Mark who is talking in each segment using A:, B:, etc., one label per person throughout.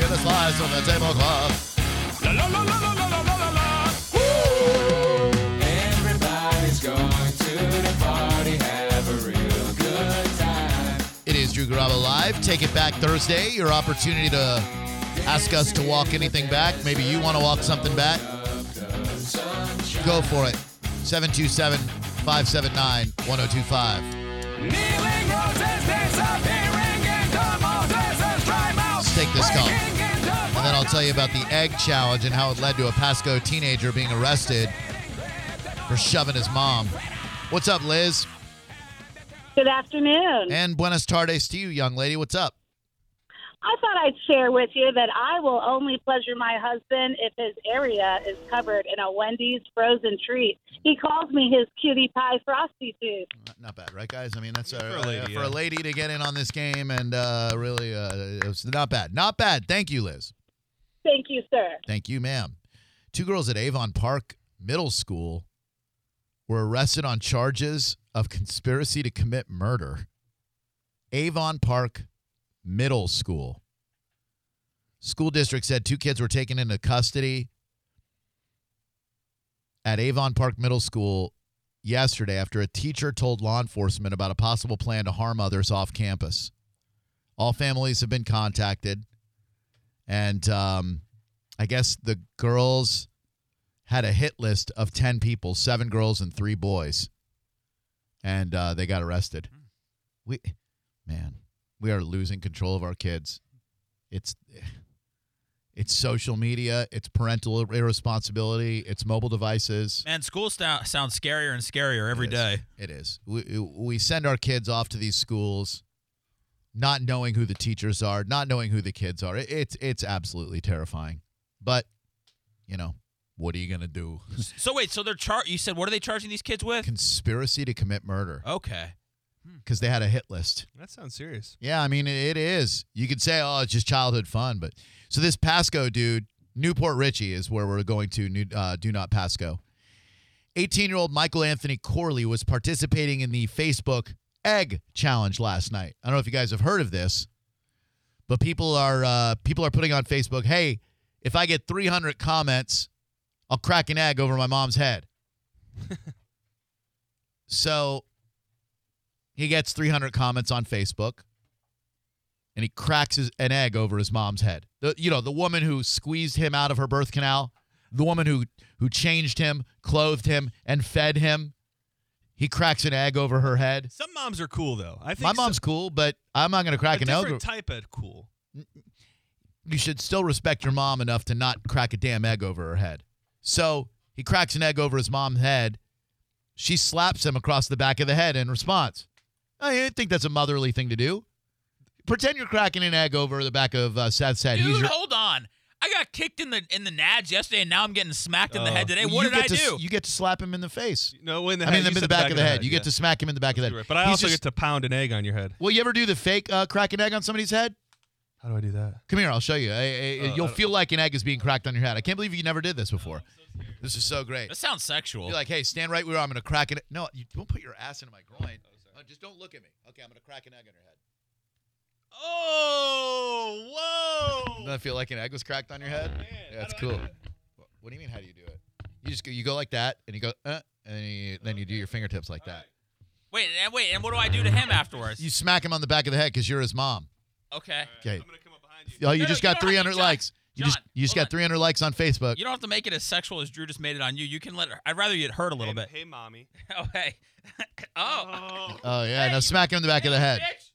A: sur le démographe. La la la la la la la la la.
B: Everybody's going to the party, have a real good time.
A: It is Drew Garaba Live. Take It Back Thursday. Your opportunity to ask us to walk anything back. Maybe you want to walk something back. Go for it. 727 579 1025.
B: Kneeling roses, dance up here and get the Moses and drive out.
A: Let's take this call.
B: Breaking into
A: And then I'll tell you about the egg challenge and how it led to a Pasco teenager being arrested for shoving his mom. What's up, Liz?
C: Good afternoon.
A: And buenas tardes to you, young lady. What's up?
C: I thought I'd share with you that I will only pleasure my husband if his area is covered in a Wendy's frozen treat. He calls me his cutie pie frosty tooth.
A: Not- Not bad, right, guys? I mean, that's a,
D: for
A: uh,
D: a lady,
A: for
D: yeah.
A: a lady to get in on this game, and uh, really, uh, it was not bad. Not bad. Thank you, Liz.
C: Thank you, sir.
A: Thank you, ma'am. Two girls at Avon Park Middle School were arrested on charges of conspiracy to commit murder. Avon Park Middle School. School district said two kids were taken into custody at Avon Park Middle School yesterday after a teacher told law enforcement about a possible plan to harm others off campus. All families have been contacted, and um, I guess the girls had a hit list of 10 people, seven girls and three boys. And uh, they got arrested. We, man, we are losing control of our kids. It's, it's social media, it's parental irresponsibility, it's mobile devices.
D: Man, school sta- sounds scarier and scarier every
A: It is.
D: day.
A: It is. We, we send our kids off to these schools, not knowing who the teachers are, not knowing who the kids are. It, it's it's absolutely terrifying. But you know, what are you gonna do?
D: So wait, so they're char- you said what are they charging these kids with?
A: Conspiracy to commit
E: Oh.
A: murder
D: Okay.
A: because they had a hit list.
E: That sounds serious.
A: Yeah, I mean it, it is. You could say, oh, it's just childhood fun, but so this Pasco dude, Newport Richie is where we're going to. New, uh, do not Pasco. 18-year-old Michael Anthony Corley was participating in the Facebook Egg Challenge last night. I don't know if you guys have heard of this, but people are uh, people are putting on Facebook, hey, if I get 300 comments, I'll crack an egg over my mom's head. so he gets 300 comments on Facebook and he cracks his, an egg over his mom's head. The, you know, the woman who squeezed him out of her birth canal, the woman who who changed him, clothed him, and fed him. He cracks an egg over her head.
E: Some moms are cool though. I think
A: My
E: some-
A: mom's cool, but I'm not going to
E: a
A: crack an egg.
E: different
A: over-
E: type of cool.
A: you should still respect your mom enough to not crack a damn egg over her head. So he cracks an egg over his mom's head. She slaps him across the back of the head in response. I think that's a motherly thing to do. Pretend you're cracking an egg over the back of uh, Seth's head.
D: Dude,
A: He's your,
D: hold on. I got kicked in the in the nads yesterday, and now I'm getting smacked in the
E: Oh.
D: head today.
A: Uh, Well,
D: What
A: you
D: did I
A: get to,
D: do?
A: You get to slap him in the face.
E: No, in the
A: I
E: head.
A: mean, in
E: you
A: the
E: said
A: back of the head. You
E: yeah.
A: get to smack him in the back of the
E: Right.
A: head.
E: But I
A: He's
E: also
A: just-
E: get to pound an egg on your head.
A: Will you ever do the fake uh, crack an egg on somebody's head?
E: How do I do that?
A: Come here, I'll show you. I- I-
D: Uh,
E: Oh,
A: you'll
E: I don't-
A: feel like an egg is being cracked on your head. I can't believe you never did this before.
D: Oh,
A: This is so great.
D: That sounds sexual.
A: You're like, hey, stand right where I'm going to crack it. No, you don't put your ass into my groin. Uh, just don't look at me. Okay, I'm going to crack an egg on your head.
D: oh, whoa.
A: Doesn't that feel like an egg was cracked on your head? Yeah, that's cool. Wha- What do you mean? How do you do it? You just go, you go like that, and you go, uh, and then you, then you do your fingertips like that.
D: Wait, and wait, and what do I do to him afterwards?
A: You smack him on the back of the head because you're his mom.
D: okay.
A: Okay.
E: gonna come up behind
A: Oh, you
D: No,
A: just
D: you
A: got
D: don't have
A: 300
D: to- John,
A: likes. You just
D: John,
A: you just
D: hold
A: got
D: on.
A: 300 likes on Facebook.
D: You don't have to make it as sexual as Drew just made it on you. You can let her. I'd rather you hurt a little bit.
E: Hey, mommy.
D: Oh, hey. oh.
E: Oh.
A: Oh yeah,
D: Hey,
A: no, smack him in the back of the head.
D: Bitch.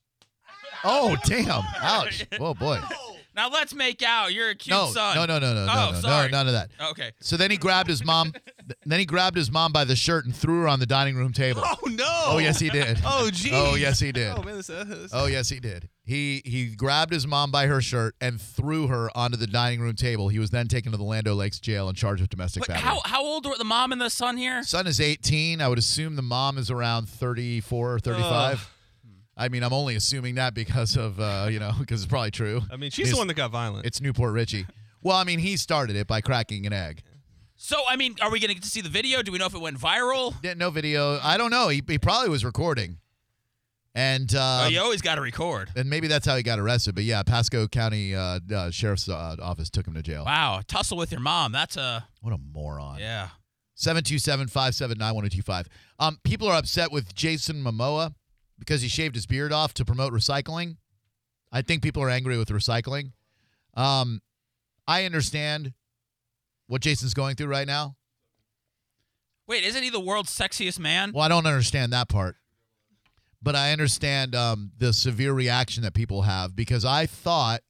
A: Oh damn! Ouch! Oh boy!
D: Now let's make out. You're a cute
A: No,
D: son.
A: no, no, no, no,
D: Oh,
A: no, no, no,
D: sorry.
A: none of that.
D: Okay.
A: So then he grabbed his mom. th- then he grabbed his mom by the shirt and threw her on the dining room table.
E: Oh no.
A: Oh yes, he did.
E: Oh geez.
A: Oh yes, he did.
E: Oh man, this, uh, this
A: Oh yes, he did. He he grabbed his mom by her shirt and threw her onto the dining room table. He was then taken to the Lando Lakes jail in charge of domestic
D: But
A: battery.
D: how how old were the mom and the son here?
A: Son is 18. I would assume the mom is around 34 or 35. I mean, I'm only assuming that because of uh, you know because it's probably true.
E: I mean, she's
A: It's-
E: the one that got violent.
A: It's Newport Richie. Well, I mean, he started it by cracking an egg.
D: So I mean, are we gonna get to see
A: Um,
D: the video? Do we know if it went viral?
A: Didn't no video. I don't know. He, he probably was recording, And uh,
D: oh, you always got to record.
A: and maybe that's how he got arrested. But yeah, Pasco County uh, uh, Sheriff's uh, Office took him to jail.
D: Wow, tussle with your mom. That's a
A: What a moron.
D: yeah.
A: 727-579-1025. Um, people are upset with Jason Momoa because he shaved his beard off to promote recycling. I think people are angry with recycling. Um, I understand what Jason's going through right now.
D: Wait, isn't he the world's sexiest man?
A: Well, I don't understand that part, but I understand um, the severe reaction that people have because I thought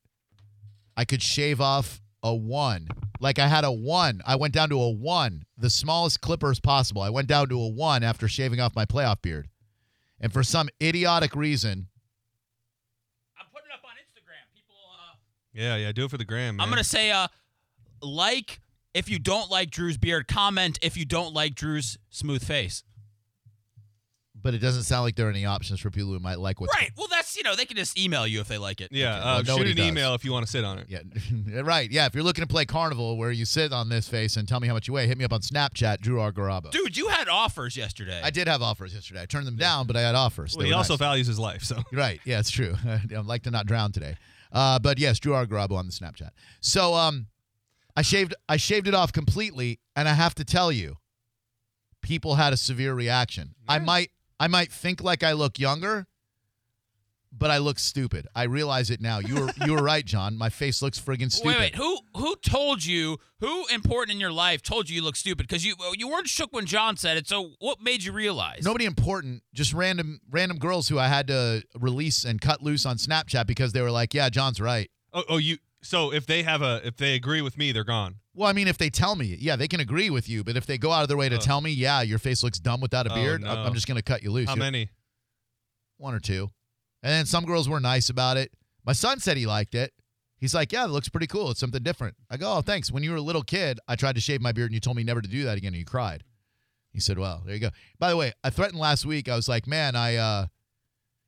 A: I could shave off a one. Like I had a one. I went down to a one, the smallest clippers possible. I went down to a one after shaving off my playoff beard. And for some idiotic reason,
D: I'm putting it up on Instagram. People, uh,
E: Yeah, yeah. Do it for the gram. Man.
D: I'm gonna say, uh, like if you don't like Drew's beard. Comment if you don't like Drew's smooth face.
A: but it doesn't sound like there are any options for people who might like what's
D: Right. Well, that's you know they can just email you if they like it.
E: Yeah.
A: well,
E: Uh, shoot
A: nobody
E: an
A: does.
E: email if you want to sit on it.
A: Yeah, right. Yeah, if you're looking to play carnival where you sit on this face and tell me how much you weigh, hit me up on Snapchat, Drew Argarabo.
D: Dude, you had offers yesterday.
A: I did have offers yesterday. I turned them down, but I had offers.
E: Well,
A: They
E: he
A: were
E: also
A: nice.
E: values his life, so
A: You're right. Yeah, it's true. I'd like to not drown today. Uh, but yes, Drew Argarabo on the Snapchat. So um, I shaved I shaved it off completely, and I have to tell you, people had a severe reaction. I might I might think like I look younger, but I look stupid. I realize it now. You were you were right, John. My face looks friggin' stupid.
D: Wait, wait. Who who told you? Who important in your life told you you look stupid? Because you you weren't shook when John said it. So what made you realize?
A: Nobody important, just random random girls who I had to release and cut loose on Snapchat because they were like, "Yeah, John's right."
E: oh, oh, you. So if they have a, if they agree with me, they're gone.
A: Well, I mean, if they tell me, yeah, they can agree with you. But if they go out of their way to
E: Oh.
A: tell me, yeah, your face looks dumb without a
E: Oh,
A: beard,
E: no.
A: I- I'm just going to cut you loose.
E: How
A: You-
E: many?
A: One or two. And then some girls were nice about it. My son said he liked it. He's like, yeah, it looks pretty cool. It's something different. I go, oh, thanks. When you were a little kid, I tried to shave my beard and you told me never to do that again and you cried. He said, well, there you go. By the way, I threatened last week. I was like, man, I uh,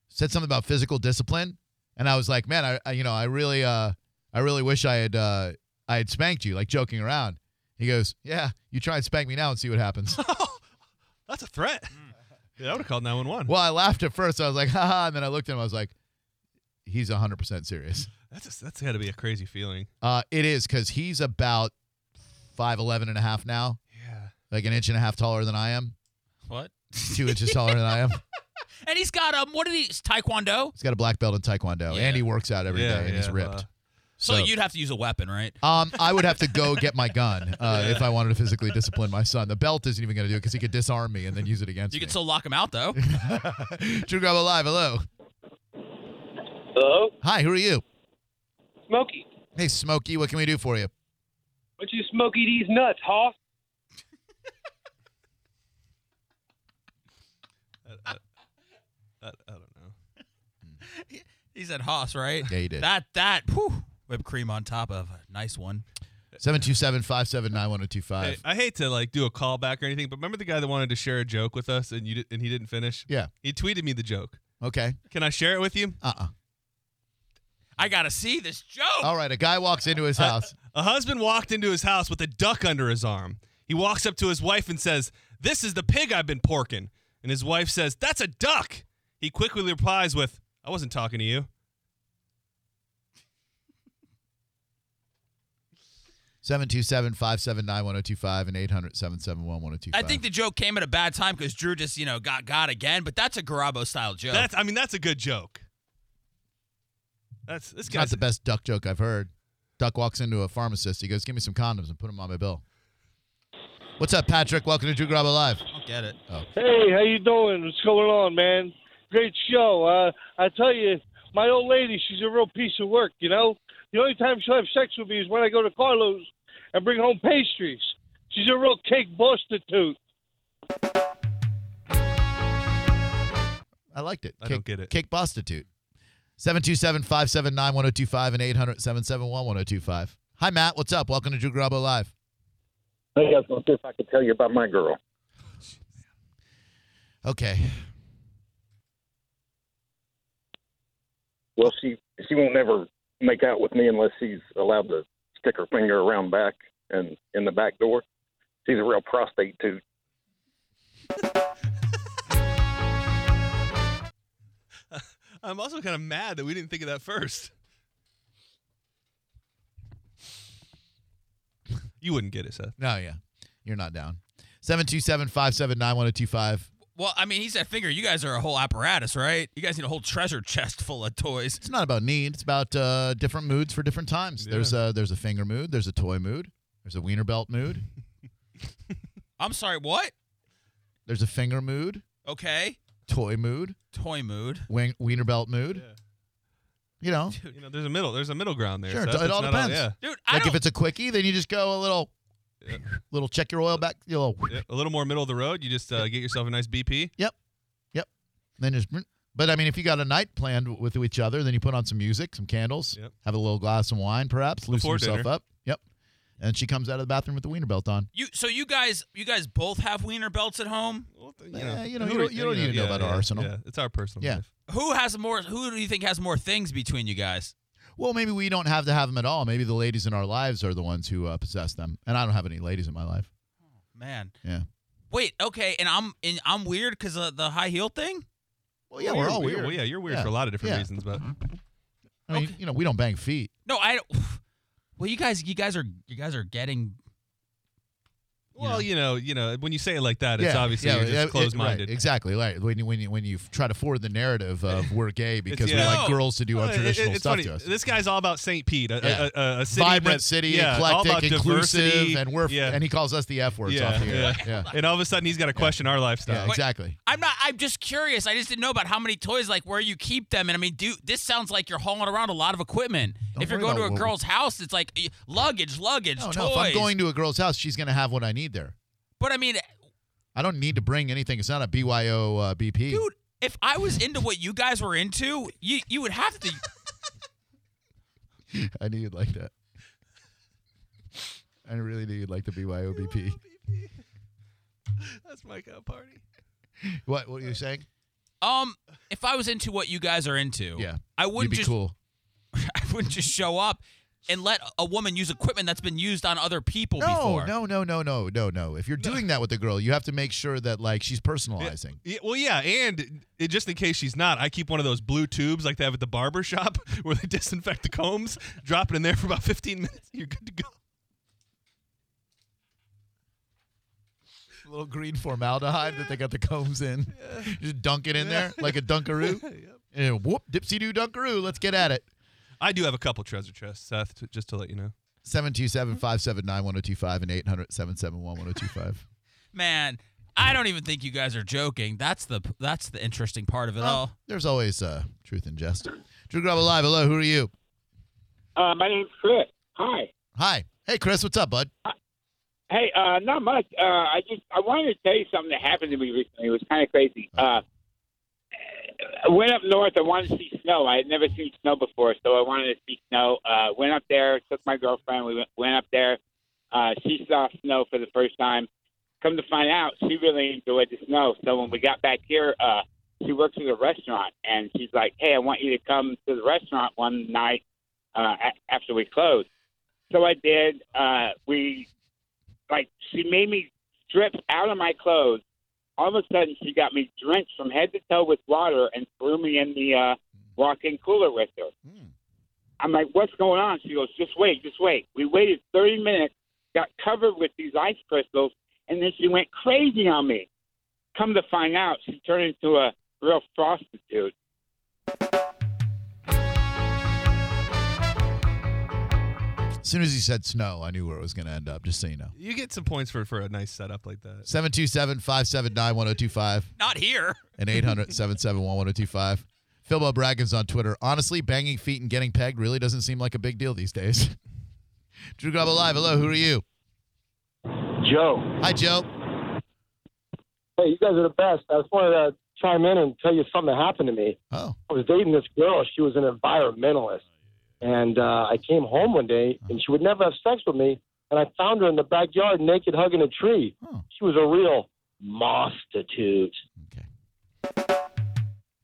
A: said something about physical discipline. And I was like, man, I, I you know, I really, uh, I really wish I had, uh, I had spanked you, like joking around. He goes, yeah, you try and spank me now and see what happens.
E: That's a threat. Yeah, I would have called 911.
A: Well, I laughed at first. I was like, haha. And then I looked at him. I was like, he's 100% serious.
E: That's a, that's got to be a crazy feeling.
A: Uh, it is because he's about 5'11 and a half now,
E: Yeah.
A: like an inch and a half taller than I am,
D: What?
A: two inches taller than I am.
D: And he's got um. What did he? Taekwondo.
A: He's got a black belt in Taekwondo
D: Yeah. uh.
A: and he works out every day
E: yeah,
A: and he's
E: yeah,
A: ripped.
E: uh,
D: So, you'd have to use a weapon, right?
A: um, I would have to go get my gun uh, if I wanted to physically discipline my son. The belt isn't even going to do it because he could disarm me and then use it against me.
D: You could still lock him out though.
A: True Grab Live, hello.
F: Hello,
A: Hi, who are you?
F: Smokey.
A: Hey, Smokey, what can we do for you?
F: What you Smokey these nuts, Hoff?
E: uh, I, I don't know.
D: He's at Haas, right?
A: Yeah, you did.
D: That that whew, whipped cream on top of a nice one.
A: 727 579 1025.
E: Hey, I hate to like do a callback or anything, but remember the guy that wanted to share a joke with us and you did, and he didn't finish.
A: Yeah.
E: He tweeted me the joke.
A: Okay.
E: Can I share it with you?
A: Uh uh
D: I gotta see this joke.
A: All right. A guy walks into his
D: Uh,
A: house.
E: A husband walked into his house with a duck under his arm. He walks up to his wife and says, "This is the pig I've been porking." And his wife says, "That's a duck." He quickly replies with, "I wasn't talking to you."
A: 727 579 1025 and 800 771
D: I
A: 1025.
D: think the joke came at a bad time because Drew just you know got got again. But that's a Garabo style joke.
E: That's I mean that's a good joke. That's this
A: it's not
E: guy's
A: the best duck joke I've heard. Duck walks into a pharmacist. He goes, Give me some condoms and put them on my bill. What's up, Patrick? Welcome to Drew Grabo Live. Oh,
D: I don't get it.
F: Hey, how you doing? What's going on, man? Great show. Uh, I tell you, my old lady, she's a real piece of work. You know, the only time she'll have sex with me is when I go to Carlos and bring home pastries. She's a real cake prostitute.
A: I liked it.
E: I don't get it.
A: Kick prostitute. 727 579 1025 and 800 771 1025. Hi, Matt. What's up? Welcome to Drew Grabo Live.
G: Hey, I was going to see if I could tell you about my girl.
A: Okay.
G: Well, she she won't ever make out with me unless she's allowed to stick her finger around back and in the back door. She's a real prostitute.
E: I'm also kind of mad that we didn't think of that first. You wouldn't get it, Seth.
A: No, yeah. You're not down. 727 579 1025.
D: Well, I mean, he said, "Finger, you guys are a whole apparatus, right? You guys need a whole treasure chest full of toys."
A: It's not about need. It's about uh, different moods for different times. There's a there's a finger mood. There's a toy mood. There's a wiener belt mood.
D: I'm sorry, what?
A: There's a finger mood.
D: Okay,
A: Toy mood.
D: toy mood.
A: Wing, wiener belt mood. You know,
E: You know, there's a middle. There's a middle ground there.
A: Sure,
E: Seth.
A: it
E: It's
A: all
E: not
A: depends.
E: yeah.
D: Dude, I
A: like
D: don't.
A: if it's a quickie, then you just go a little, little check your oil back. You know,
E: Yeah, a little more middle of the road. You just uh, get yourself a nice BP.
A: then just. But I mean, if you got a night planned with each other, then you put on some music, some candles,
E: Yep.
A: have a little glass of wine, perhaps loosen
E: Before
A: yourself
E: dinner.
A: up. Yep. And she comes out of the bathroom with the wiener belt on.
D: you so you guys you guys both have wiener belts at home.
E: Well, th-
A: Eh, you know,
E: who
A: you
E: are-
A: don't- you don't need to know about our arsenal.
E: Yeah, it's our personal.
A: Yeah.
E: life.
D: Who has more? Who do you think has more things between you guys?
A: Well, maybe we don't have to have them at all. Maybe the ladies in our lives are the ones who uh, possess them, and I don't have any ladies in my life.
D: Man,
A: Yeah.
D: wait, okay, and I'm and I'm weird because of the high heel thing.
A: Well, yeah,
E: Well,
A: we're
E: you're
A: all weird.
E: Well, yeah, you're weird
A: Yeah.
E: for a lot of different
A: Yeah. Mm-hmm.
E: reasons, but
A: I mean, you know, we don't bang feet.
D: No, I. don't- Well, you guys, you guys are you guys are getting.
E: well, you know, you know, when you say it like that, it's
A: yeah,
E: obviously
A: yeah,
E: you're
A: yeah,
E: just
A: it-
E: closed-minded.
A: Right, exactly. Like when you when you when you try to forward the narrative of we're gay because
E: yeah.
A: we like
D: No.
A: girls to do
E: Well, it- it-
A: untraditional
E: it's
A: stuff
E: funny.
A: to us.
E: This guy's all about St. Pete, a,
A: Yeah.
E: a, a, a city
A: Vibrant
E: that-
A: city,
E: yeah, all about
A: eclectic, inclusive,
E: diversity,
A: and we're f-
E: yeah.
A: and he calls us the f words
E: yeah,
A: off the air.
E: yeah.
A: Yeah,
E: And all of a sudden, he's got to question our lifestyle.
A: yeah, exactly.
D: I'm not. I'm just curious. I just didn't know about how many toys, like where you keep them. And I mean, dude, this sounds like you're hauling around a lot of equipment.
A: Don't
D: if you're
A: worry
D: going to
A: about
D: a
A: what we-
D: girl's house, it's like eh, luggage, luggage,
A: No,
D: toys.
A: no. If I'm going to a girl's house, she's gonna have what I need there.
D: but I mean,
A: I don't need to bring anything. It's not a BYO uh, BP.
D: dude, if I was into what you guys were into, you you would have to.
A: I knew you'd like that. I really knew you'd like the BYOBP.
E: That's my kind party.
A: What? What are you saying?
D: Um, if I was into what you guys are into,
A: Yeah,
D: I
A: You'd
D: wouldn't
A: be
D: just
A: cool.
D: I wouldn't just show up and let a woman use equipment that's been used on other people
A: No,
D: before.
A: no, no, no, no, no, no. If you're doing that with a girl, you have to make sure that like she's personalizing.
E: Yeah, well, yeah, and it, just in case she's not, I keep one of those blue tubes like they have at the barber shop where they disinfect the combs. Drop it in there for about 15 minutes. You're good to go.
A: little green formaldehyde that they got the combs in. Just dunk it in there like a dunkaroo. And whoop, dipsy doo dunkaroo. Let's get at it.
E: I do have a couple treasure chests, Seth, t- just to let you know.
A: 727 579 1025 and 800 771 1025.
D: man, I don't even think you guys are joking. That's the that's the interesting part
A: Oh.
D: of it all.
A: There's always uh, truth in jest. Drew Grubble Live. Hello. Who are you?
H: Uh, my name's Chris. Hi.
A: Hi. Hey, Chris. What's up, bud?
H: Hey, uh, not much. Uh, I just I wanted to tell you something that happened to me recently. It was kind of crazy. Uh, I went up north. I wanted to see snow. I had never seen snow before, so I wanted to see snow. Uh, went up there. Took my girlfriend. We went, went up there. Uh, she saw snow for the first time. Come to find out, she really enjoyed the snow. So when we got back here, uh, she works at a restaurant, and she's like, "Hey, I want you to come to the restaurant one night uh, a- after we close." So I did. Uh, we like she made me strip out of my clothes. All of a sudden, she got me drenched from head to toe with water and threw me in the uh, walk-in cooler with her. I'm like, "What's going on?" She goes, "Just wait, just wait." We waited 30 minutes, got covered with these ice crystals, and then she went crazy on me. Come to find out, she turned into a real prostitute.
A: As soon as he said snow, I knew where it was going to end up, just so you know.
E: You get some points for, for a nice setup like that.
A: 727 579 1025.
D: Not here.
A: and 800 771 1025. Philbo Braggins on Twitter. Honestly, banging feet and getting pegged really doesn't seem like a big deal these days. Drew Grubble Live. Hello, who are you?
I: Joe.
A: Hi, Joe.
I: Hey, you guys are the best. I just wanted to chime in and tell you something that happened to me.
A: Oh,
I: I was dating this girl. She was an environmentalist. And uh, I came home one day, and she would never have sex with me. And I found her in the backyard naked hugging a tree.
A: Huh.
I: She was a real prostitute.
A: okay.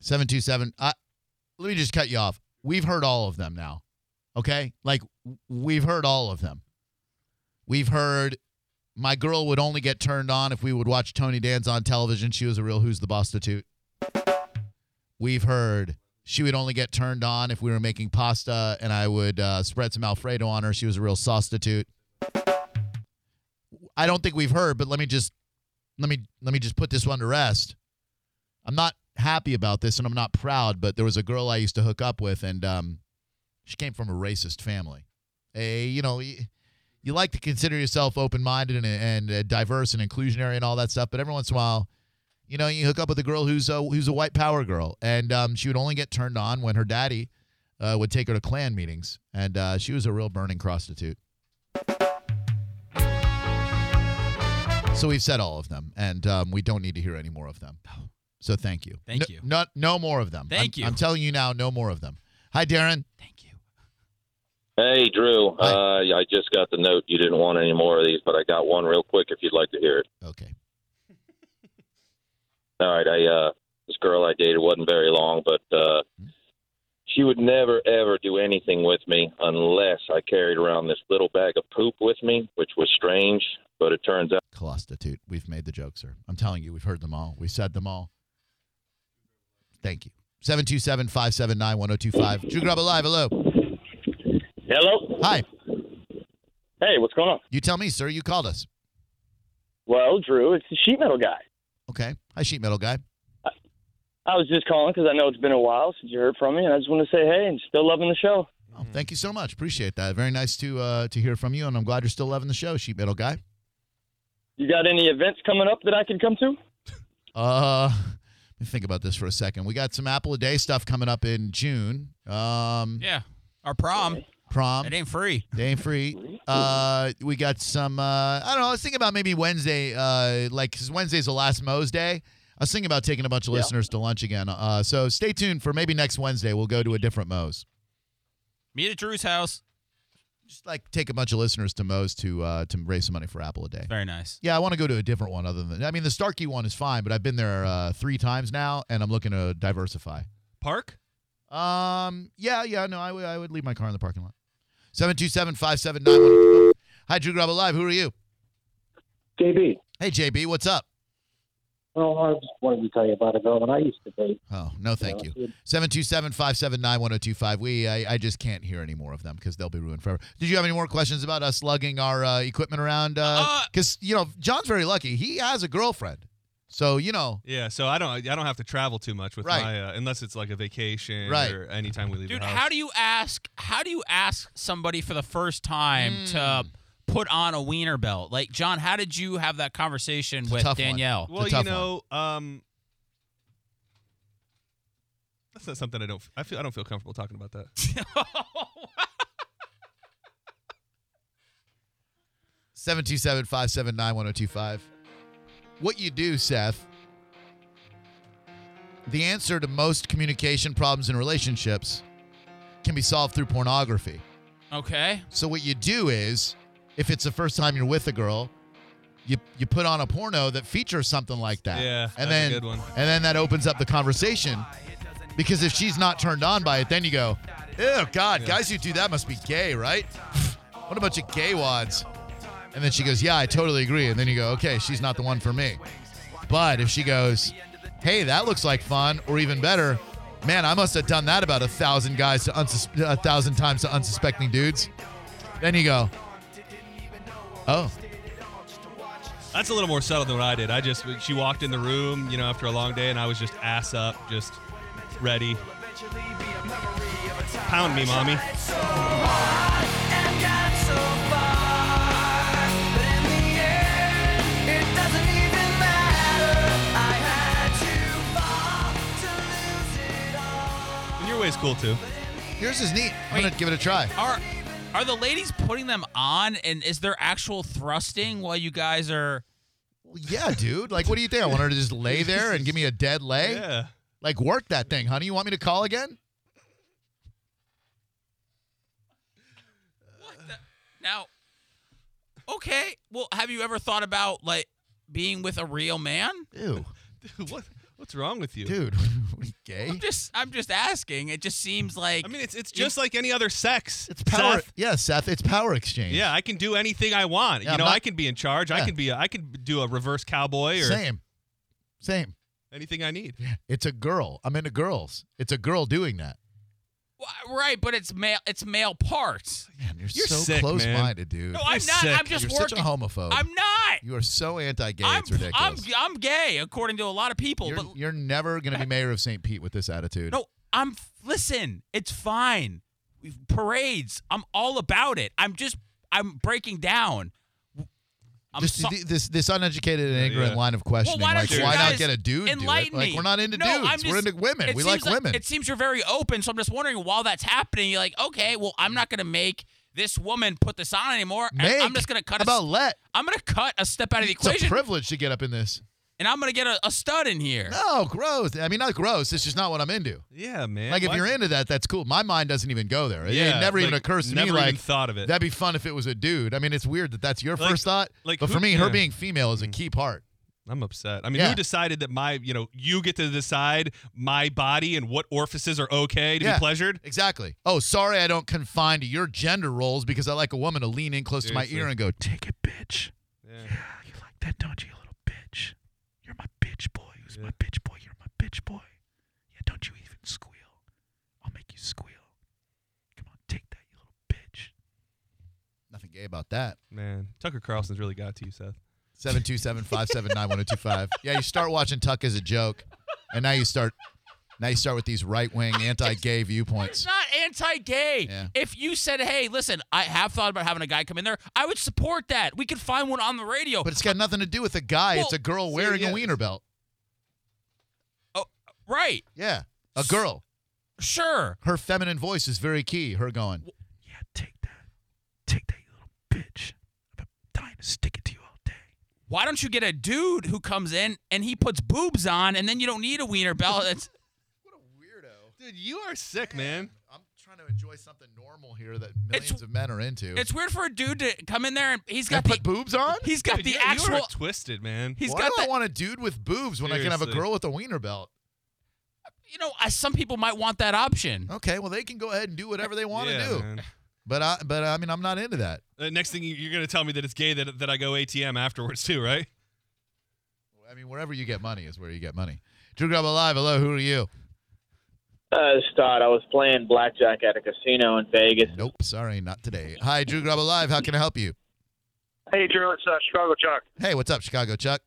A: 727. I, Uh, let me just cut you off. We've heard all of them now. Okay? Like, w- we've heard all of them. We've heard my girl would only get turned on if we would watch Tony Danza on television. She was a real who's the prostitute. We've heard She would only get turned on if we were making pasta, and I would uh, spread some Alfredo on her. She was a real substitute. I don't think we've heard, but let me just let me let me just put this one to rest. I'm not happy about this, and I'm not proud. But there was a girl I used to hook up with, and um, she came from a racist family. A you know. y- you like to consider yourself open-minded and, and uh, diverse and inclusionary and all that stuff, but every once in a while, you know, you hook up with a girl who's a, who's a white power girl, and um, she would only get turned on when her daddy uh, would take her to Klan meetings, and uh, she was a real burning prostitute. So we've said all of them, and um, we don't need to hear any more of them. So thank you.
D: Oh. Thank
A: No-
D: you.
A: Not no more of them.
D: Thank
A: I'm-
D: you.
A: I'm telling you now, no more of them. Hi, Darren.
D: Thank you.
J: Hey, Drew.
A: Hi.
J: Uh, I just got the note you didn't want any more of these, but I got one real quick if you'd like to hear it.
A: Okay.
J: All right, I uh, this girl I dated wasn't very long, but uh, she would never ever do anything with me unless I carried around this little bag of poop with me, which was strange. But it turns out
A: Colostitute. We've made the joke, sir. I'm telling you, we've heard them all. We said them all. Thank you. 727 579 1025. Drew Grubba Live. Hello.
J: hello,
A: Hi.
J: hey, what's going on?
A: You tell me, sir. You called us.
J: Well, Drew, it's the sheet metal guy.
A: Okay. Hi, sheet metal guy.
J: I was just calling because I know it's been a while since you heard from me, and I just want to say hey, and still loving the show.
A: Oh, Thank you so much. Appreciate that. Very nice to uh, to hear from you, and I'm glad you're still loving the show, sheet metal guy.
J: You got any events coming up that I can come to?
A: Uh, let me think about this for a second. We got some Apple a Day stuff coming up in June. Um,
D: Yeah. Our prom.
A: Prom.
D: It ain't free.
A: They ain't free. Uh, we got some. Uh, I don't know. I was thinking about maybe Wednesday. Uh, like 'cause Wednesday's the last Mo's day. I was thinking about taking a bunch of listeners to lunch again. Uh, so stay tuned for maybe next Wednesday. We'll go to a different Mo's.
D: Meet at Drew's house.
A: Just like take a bunch of listeners to Mo's to uh, to raise some money for Apple a Day.
D: Very nice.
A: Yeah, I want to go to a different one other than. I mean, the Starkey one is fine, but I've been there uh, three times now, and I'm looking to diversify.
E: Park?
A: Um. Yeah. Yeah. No. I would. I would leave my car in the parking lot. Seven two seven five seven nine one. Hi, Drew Grub Live. Who are you?
I: JB,
A: Hey, JB. What's up?
I: well, I just wanted to tell you about a girl that I used to date.
A: Oh no, thank you.
I: know, she-
A: 727-579-1025. We I, I just can't hear any more of them because they'll be ruined forever. Did you have any more questions about us lugging our uh, equipment around?
D: Uh,
A: Because you know John's very lucky. He has a girlfriend, so you know.
E: Yeah, so I don't I don't have to travel too much with
A: Right.
E: my uh, unless it's like a vacation
A: Right.
E: or anytime we leave.
D: Dude,
E: the
D: how do you ask how do you ask somebody for the first time to
A: Hmm.
D: put on a wiener belt? Like John, how did you have that conversation
A: a
D: with
A: tough one.
D: Danielle?
E: Well,
A: It's a
E: you
A: tough
E: know, um That's not something I don't f- I feel I don't feel comfortable talking about that.
A: Seven two seven five seven nine one zero two five. What you do, Seth? The answer to most communication problems in relationships can be solved through pornography.
D: okay.
A: So what you do is, if it's the first time you're with a girl, you you put on a porno that features something like that.
E: Yeah, that's a
A: and then
E: good one.
A: and then that opens up the conversation, because if she's not turned on by it, then you go, oh God, guys who do that must be gay, right? what a bunch of gay wads. And then she goes, yeah, I totally agree. And then you go, okay, she's not the one for me. But if she goes, hey, that looks like fun, or even better, man, I must have done that about a thousand guys to unsus- a thousand times to unsuspecting dudes. Then you go, oh,
E: That's a little more subtle than what I did. I just she walked in the room, you know, after a long day, and I was just ass up, just ready. Pound me, mommy. And your way's cool too.
A: here's is neat. I'm gonna give it a try.
D: Are are the ladies putting them on and is there actual thrusting while you guys are
A: Well, yeah, dude. Like, what do you think? I want her to just lay there and give me a dead lay?
E: Yeah.
A: Like, work that thing, honey. You want me to call again?
D: now Okay. Well, have you ever thought about like being with a real man?
A: Ew,
E: Dude, what what's wrong with you?
A: dude. what are you
D: I'm
A: gay?
D: just I'm just asking. It just seems like
E: I mean, it's it's just like any other sex.
A: It's power.
E: Seth.
A: Yeah, Seth. It's power exchange.
E: Yeah, I can do anything I want.
A: Yeah,
E: you know,
A: I'm not-
E: I can be in charge.
A: Yeah.
E: I can be. A, I can do a reverse cowboy or
A: Same. Same.
E: anything I need.
A: It's a girl. I'm into girls. It's a girl doing that.
D: Wh- Right, but it's male. It's male parts.
A: Man, you're,
E: You're
A: so
E: sick, man.
A: close-minded, dude.
D: No, I'm
E: You're
D: not.
E: sick.
D: I'm just
A: you're
D: working.
A: such a homophobe.
D: I'm not.
A: you are so anti-gay.
D: I'm,
A: it's ridiculous.
D: I'm I'm gay, according to a lot of people.
A: you're,
D: but
A: you're never going to be mayor of St. Pete with this attitude.
D: no, I'm. Listen, it's fine. We've- Parades. I'm all about it. I'm just. I'm breaking down. I'm
A: Just
D: so-
A: th- this this uneducated and ignorant
E: yeah.
A: line of
D: Well,
A: questioning.
D: why don't
A: like,
D: you
A: why
D: guys
A: not get a dude? to do it?
D: enlighten
A: Like,
D: me?
A: we're not into
D: No,
A: dudes.
D: I'm
A: we're
D: just-
A: into women.
D: it
A: We like
D: seems
A: women.
D: It seems you're very open, so I'm just wondering while that's happening, you're like, okay, well, I'm not gonna make this woman put this on anymore. and
A: Make.
D: I'm just gonna cut.
A: How about
D: a,
A: let?
D: I'm gonna cut a step out of the
A: It's a
D: equation,
A: privilege to get up in this.
D: and I'm gonna get a, a stud in here.
A: No, gross. I mean, not gross. It's just not what I'm into.
E: Yeah, man.
A: Like, if
E: Why-
A: you're into that, that's cool. My mind doesn't even go there. It-
E: Yeah,
A: it never even
E: like,
A: occurs to
E: never
A: me.
E: even
A: Like,
E: thought of it.
A: That'd be fun if it was a dude. I mean, it's weird that that's your
E: Like-
A: first thought.
E: like
A: but
E: who-
A: for me, her
E: yeah. Mm.
A: being female is a key part.
E: I'm upset. I mean,
A: Yeah.
E: who decided that my, you know, you get to decide my body and what orifices are okay to
A: Yeah.
E: be pleasured?
A: Exactly. Oh, sorry, I don't confine to your gender roles because I like a woman to lean in close to my
E: Seriously.
A: ear and go, "Take it, bitch."
E: Yeah.
A: you like that, don't you, you little bitch? You're my bitch boy. Who's my bitch boy? You're my bitch boy. Yeah, don't you even squeal. I'll make you squeal. Come on, take that, you little bitch. Nothing gay about that.
E: Man, Tucker Carlson's really got to you, Seth.
A: 727-579-1025. yeah, you start watching Tuck as a joke, and now you start now you start with these right wing anti gay
D: It's
A: viewpoints.
D: not anti-gay.
A: Yeah.
D: If you said, "Hey, listen, I have thought about having a guy come in there," I would support that. We could find one on the radio.
A: But it's got nothing to do with a guy. it's
D: Well,
A: a girl wearing
E: yeah.
A: a wiener belt.
D: right?
A: Yeah. A girl.
D: Sure.
A: her feminine voice is very key. Her going, yeah, take that, take that, you little bitch. I've been dying to stick it to you all day.
D: Why don't you get a dude who comes in and he puts boobs on, and then you don't need a wiener belt? That's
E: Dude, you are sick, man.
A: I'm trying to enjoy something normal here that millions of men are into.
D: it's weird for a dude to come in there and he's
A: They
D: got
A: put
D: the,
A: boobs on.
D: he's got
E: Dude,
D: the
E: you- you
D: actual
E: are twisted, man.
D: He's
A: Why
D: got
A: do I
D: that.
A: want a dude with boobs when I can have a
E: Seriously.
A: girl with a wiener belt?
D: You know, I, some people might want that option.
A: Okay, well they can go ahead and do whatever they want to
E: Yeah,
A: do.
E: man.
A: But I, but I mean, I'm not into that.
E: Uh, next thing you- you're gonna tell me that it's gay that, that I go ATM afterwards too, right?
A: I mean, wherever you get money is where you get money. Drew Grubb alive. Hello, who are you?
K: Uh, this is Todd. I was playing blackjack at a casino in Vegas.
A: Nope, sorry, not today. Hi, Drew Grubb alive. How can I help you?
K: Hey, Drew, it's uh, Chicago Chuck.
A: Hey, what's up, Chicago Chuck?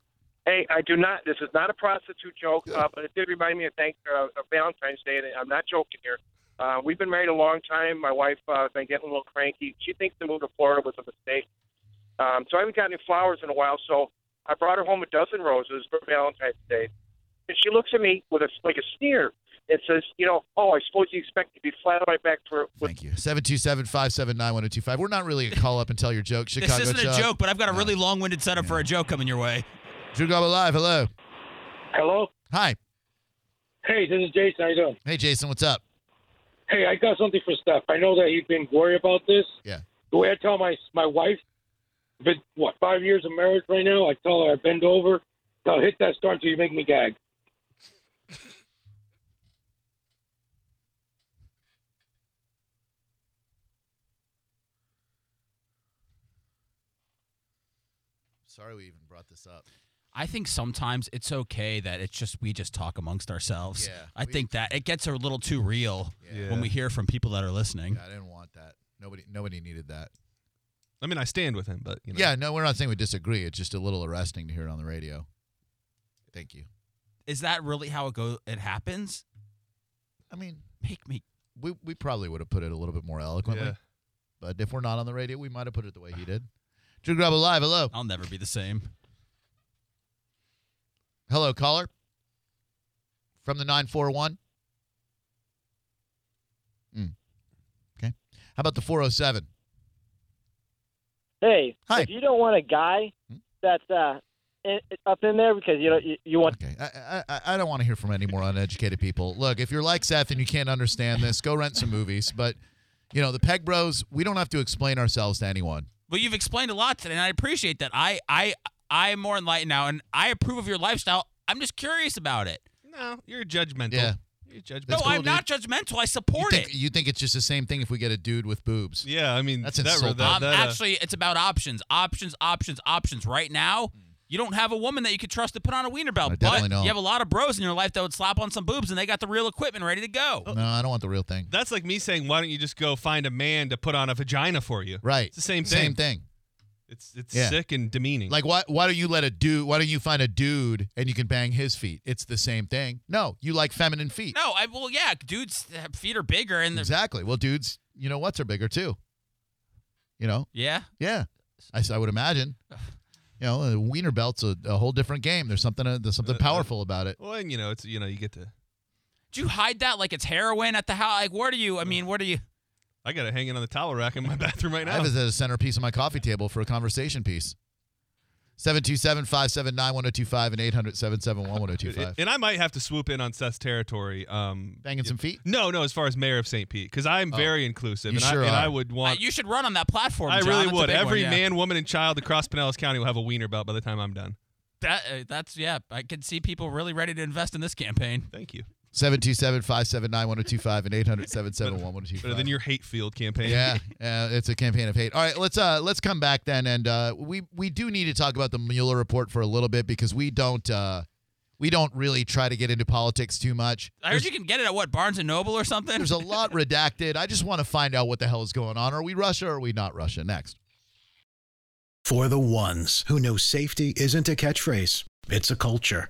K: Hey, I do not. This is not a prostitute joke, uh, but it did remind me of thank uh, of Valentine's Day, and I'm not joking here. Uh, we've been married a long time. My wife uh, has been getting a little cranky. She thinks the move to Florida was a mistake. Um, so I haven't gotten any flowers in a while. So I brought her home a dozen roses for Valentine's Day, and she looks at me with a like a sneer and says, "You know, oh, I suppose you expect to be flat on my back for with
A: Thank you. 727-579-1025. We're not really a call up and tell your joke, Chicago
D: this isn't
A: Chuck.
D: a joke, but I've got a really long-winded setup for a joke coming your way.
A: Drew Gobble Live, hello.
F: Hello?
A: Hi.
F: Hey, this is Jason. How you doing?
A: Hey, Jason, what's up?
F: Hey, I got something for Steph. I know that he's been worried about this.
A: Yeah.
F: The way I tell my my wife, but what five years of marriage right now, I tell her I bend over, I'll hit that star until you make me gag.
A: Sorry we even brought this up.
D: I think sometimes it's okay that it's just we just talk amongst ourselves.
A: Yeah,
D: I
A: we-
D: think that it gets a little too real
A: Yeah.
D: when we hear from people that are listening.
A: Yeah, I didn't want that. Nobody nobody needed that.
E: I mean, I stand with him, but you know.
A: Yeah, no, we're not saying we disagree. It's just a little arresting to hear it on the radio. Thank you.
D: Is that really how it go? It happens.
A: I mean,
D: Make me.
A: we, we probably would have put it a little bit more eloquently.
E: Yeah.
A: But if we're not on the radio, we might have put it the way he did. Drew Grubb Live, hello.
D: I'll never be the same.
A: Hello, caller. From the 941. Mm. Okay. How about the 407?
K: Hey,
A: Hi.
K: if you don't want a guy that's uh, in, up in there because you don't you, you want
A: Okay. I, I, I- I don't want to hear from any more uneducated people. Look, if you're like Seth and you can't understand this, go rent some movies. But, you know, the Peg Bros, we don't have to explain ourselves to anyone.
D: Well, you've explained a lot today, and I appreciate that. I I I'm more enlightened now, and I approve of your lifestyle. I'm just curious about it.
E: No, you're judgmental.
A: Yeah.
E: You're judgmental.
D: No,
A: cool,
D: I'm
A: dude.
D: not judgmental. I support
A: you think,
D: it.
A: You think it's just the same thing if we get a dude with boobs?
E: Yeah, I mean
A: That's
E: that,
A: insulting.
E: that,
D: Um,
E: that, uh,
D: actually, it's about options, options, options, options. Right now, You don't have a woman that you could trust to put on a wiener belt.
A: Mm. I
D: but
A: definitely don't.
D: you have a lot of bros in your life that would slap on some boobs, and they got the real equipment ready to go.
A: No, I don't want the real thing.
E: That's like me saying, why don't you just go find a man to put on a vagina for you?
A: Right.
E: It's the same thing.
A: Same thing.
E: It's it's
A: Yeah.
E: sick and demeaning.
A: Like why why don't you let a dude why don't you find a dude and you can bang his feet? It's the same thing. No, you like feminine feet.
D: No, I well, yeah, dudes' feet are bigger, and they're
A: Exactly. Well, dudes, you know what's are bigger too. You know?
D: yeah.
A: Yeah. I, s- I would imagine. You know, a wiener belt's a, a whole different game. There's something uh, there's something powerful about it.
E: well, and you know, it's you know, you get to
D: Do you hide that like it's heroin at the house? Like, where do you? I mean, where do you?
E: I got it hanging on the towel rack in my bathroom right
A: I
E: now.
A: have it as a centerpiece on my coffee table for a conversation piece. 727-579-1025 and 800 1025
E: And I might have to swoop in on Seth's territory. Um,
A: Banging some feet?
E: No, no, as far as mayor of St. Pete, because I'm very inclusive,
A: You
E: and,
A: sure
E: I, and
A: are.
E: I would
D: Uh,
E: want.
D: you should run on that platform.
E: I
D: John.
E: really
D: That's a
E: would.
D: big one,
E: Every
D: yeah.
E: man, woman, and child across Pinellas County will have a wiener belt by the time I'm done.
D: That uh, that's yeah. I can see people really ready to invest in this campaign.
E: Thank you.
A: 727-579-1025 and 800
E: Better than your hate field campaign.
A: Yeah, uh, it's a campaign of hate. All right, let's uh let's come back then, and uh, we we do need to talk about the Mueller report for a little bit because we don't uh we don't really try to get into politics too much.
D: I heard you can get it at what Barnes and Noble or something.
A: There's a lot redacted. I just want to find out what the hell is going on. Are we Russia or are we not Russia? Next.
L: For the ones who know safety isn't a catchphrase, it's a culture.